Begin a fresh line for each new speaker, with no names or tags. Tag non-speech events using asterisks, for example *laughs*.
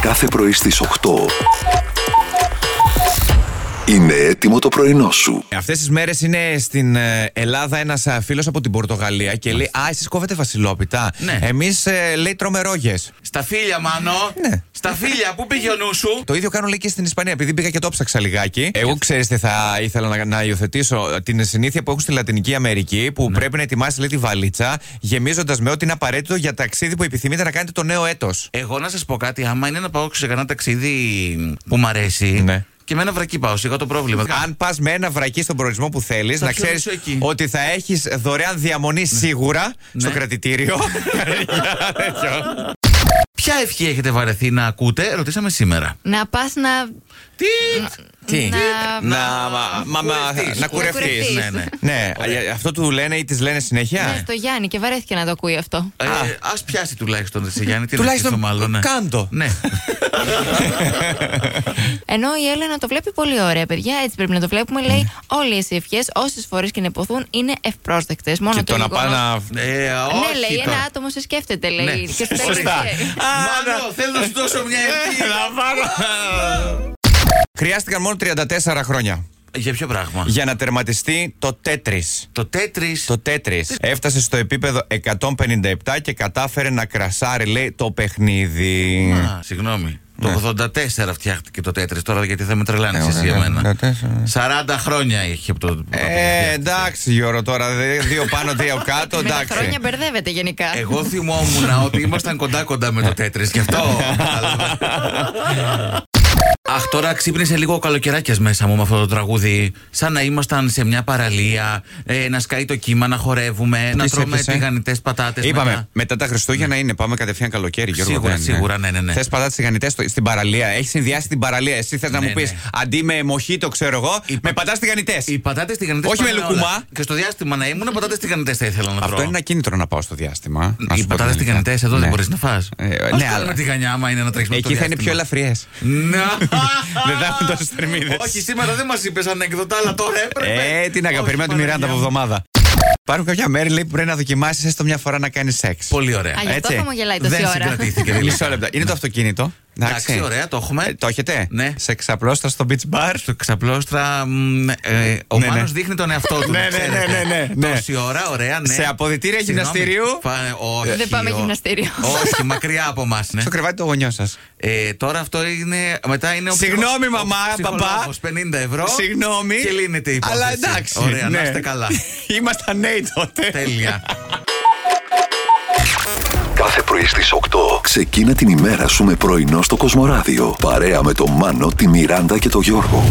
κάθε πρωί στις 8. Είναι έτοιμο το πρωινό σου.
Αυτές τις μέρες είναι στην ε, Ελλάδα ένας φίλος από την Πορτογαλία και λέει Α, εσεί κόβετε βασιλόπιτα.
Ναι.
Εμείς λέει τρώμε ρόγες».
Στα φίλια, Μάνο.
Ναι.
Στα φίλια, πού πήγε ο νου σου.
Το ίδιο κάνω λέει και στην Ισπανία, επειδή πήγα και το ψάξα λιγάκι. Εγώ ξέρεις τι θα ήθελα να, να υιοθετήσω. ε, Την συνήθεια που έχουν στη Λατινική Αμερική, που
Ναι.
πρέπει να ετοιμάσει λέει τη βαλίτσα, γεμίζοντας με ό,τι είναι απαραίτητο για ταξίδι που επιθυμείτε να κάνετε το νέο έτος.
Εγώ να σας πω κάτι, άμα είναι να πάω σε κανένα ταξίδι που μ' αρέσει.
Ναι.
Και με ένα βρακί πάω, σιγά το πρόβλημα.
Αν πας με ένα βρακί στον προορισμό που θέλεις,
Ναι. Θα
να ξέρει
χιονίσω εκεί.
ότι θα έχεις δωρεάν διαμονή σίγουρα στο
Ναι. *laughs*
κρατητήριο. Για τέτοιο.
Ποια ευχή έχετε βαρεθεί να ακούτε, ρωτήσαμε σήμερα.
Να πας να.
Τι.
Τι?
Να-
Να, μα- μα- μα-
κουρευτείς.
να κουρευτείς.
κουρευτείς.
Ναι, ναι. ναι α- αυτό του λένε ή της λένε συνέχεια.
Ναι, στο Γιάννη και βαρέθηκε να το ακούει αυτό.
Ε,
Α.
ας πιάσει τουλάχιστον, σε Γιάννη, τι να
Τουλάχιστον
σκεφτώ μάλλον. ναι.
κάντο. *laughs*
Ναι.
Ενώ η Έλενα το βλέπει πολύ ωραία, παιδιά. Έτσι πρέπει να το βλέπουμε.
Ναι.
Λέει: Όλες οι ευχές, όσες φορές και να υποθούν, είναι ευπρόσδεκτες. Μόνο
*laughs* Και
το
το να πάει
γεγονός-
να.
Ε,
Ναι,
όχι
λέει,
τώρα.
ένα άτομο σε σκέφτεται, λέει.
Ναι.
και σου παίρνει
Σωστά.
το χέρι.
Μάνο, θέλω να σου δώσω μια ευχή.
Χρειάστηκαν μόνο 34 χρόνια
Για ποιο πράγμα.
για να τερματιστεί το Τέτρις.
Το τέτρι.
Το Τέτρις έφτασε στο επίπεδο 157 και κατάφερε να κρασάρει, λέει, το παιχνίδι.
Α, συγγνώμη. Το 84 φτιάχτηκε το τέτρι τώρα γιατί θα με τρελάνε
Ναι,
εσύ
ναι, ναι,
εμένα.
84.
40 χρόνια έχει από το.
Ε, εντάξει Γιώργο τώρα, δε- δύο πάνω, *laughs* δύο κάτω,
Με τα
εντάξει.
χρόνια μπερδεύεται γενικά.
Εγώ θυμόμουν ότι ήμασταν κοντά κοντά με το τέτρι γι' αυτό. κατάλαβα. Αχ, τώρα ξύπνησε λίγο ο καλοκαιράκιας μέσα μου με αυτό το τραγούδι. Σαν να ήμασταν σε μια παραλία, ε, να σκάει το κύμα, να χορεύουμε, να
σε
τρώμε
έπιασε?
τηγανιτέ πατάτες.
Είπαμε, μετά τα Χριστούγεννα είναι, πάμε κατευθείαν καλοκαίρι, Γιώργο.
Ναι. Σίγουρα, σίγουρα, ναι, ναι, ναι.
Θες πατάτες τηγανιτέ στην παραλία. Έχεις συνδυάσει την παραλία. Εσύ θες να
Ναι,
μου πεις
ναι.
αντί με μοχίτο, ξέρω εγώ,
Η
με
πα-
πατάτε τηγανιτέ.
Οι πατάτες τηγανιτέ.
Όχι με λουκουμά.
Και στο διάστημα να ήμουν, πατάτες τηγανιτέ θα ήθελα να
Αυτό
τρώω.
είναι ένα κίνητρο να πάω στο διάστημα. να
Οι
σου πω την
πατάτες
αλήθεια.
τηγανιτέ εδώ
Ναι.
δεν μπορείς να φας.
Ε, ναι,
Ας
αλλά-
κάνουμε τηγανιά άμα είναι να τρέξουμε
Εκεί θα είναι πιο ελαφριέ.
ελαφρύ.
*laughs* Δεν θα έχουν τόσες θερμίδες.
Όχι, σήμερα δεν μας είπες ανέκδοτα, αλλά τώρα έπρεπε.
Ε, την
Όχι,
αγαπημένη του
Παναγία
Μιράντα από
μου.
εβδομάδα. Υπάρχουν κάποια μέρη λέει, που πρέπει να δοκιμάσεις έστω μια φορά να κάνεις σεξ.
Πολύ ωραία.
Α, γι' αυτό
έτσι.
χαμογελάει τόση
Δεν
*laughs*
ώρα.
συγκρατήθηκε. τελικά.
Ε, Μισό λεπτό. Είναι το αυτοκίνητο.
Εντάξει, ωραία, το έχουμε.
Ε, Το έχετε?
Ναι.
Σε ξαπλώστρα στο beach bar.
Στο ξαπλώστρα. μ, ε, Ο
Ναι, ναι.
Μάνος δείχνει τον εαυτό του.
*laughs*
να
Ναι, ναι,
ξέρετε.
ναι, ναι, ναι, ναι.
Τόση ώρα, ωραία, ναι.
Σε αποδητήρια
Συγγνώμη.
γυμναστηρίου.
Φα- όχι,
Δεν πάμε
ο-
γυμναστήριο.
Όχι, μακριά από ναι. εμά.
*laughs* Στο κρεβάτι του γονιό σας.
Ε, τώρα αυτό είναι. Μετά είναι ο
Συγγνώμη,
ψυχο-
μαμά,
ο ψυχολόγος, 50 ευρώ.
Συγγνώμη.
Και λύνεται η υπόθεση.
Αλλά εντάξει.
Ωραία, να
ναι.
είστε
*laughs*
καλά.
Ήμασταν νέοι τότε.
Τέλεια.
Κάθε πρωί στις 8. Ξεκίνα την ημέρα σου με πρωινό στο Κοσμοράδιο. Παρέα με τον Μάνο, τη Μιράντα και τον Γιώργο.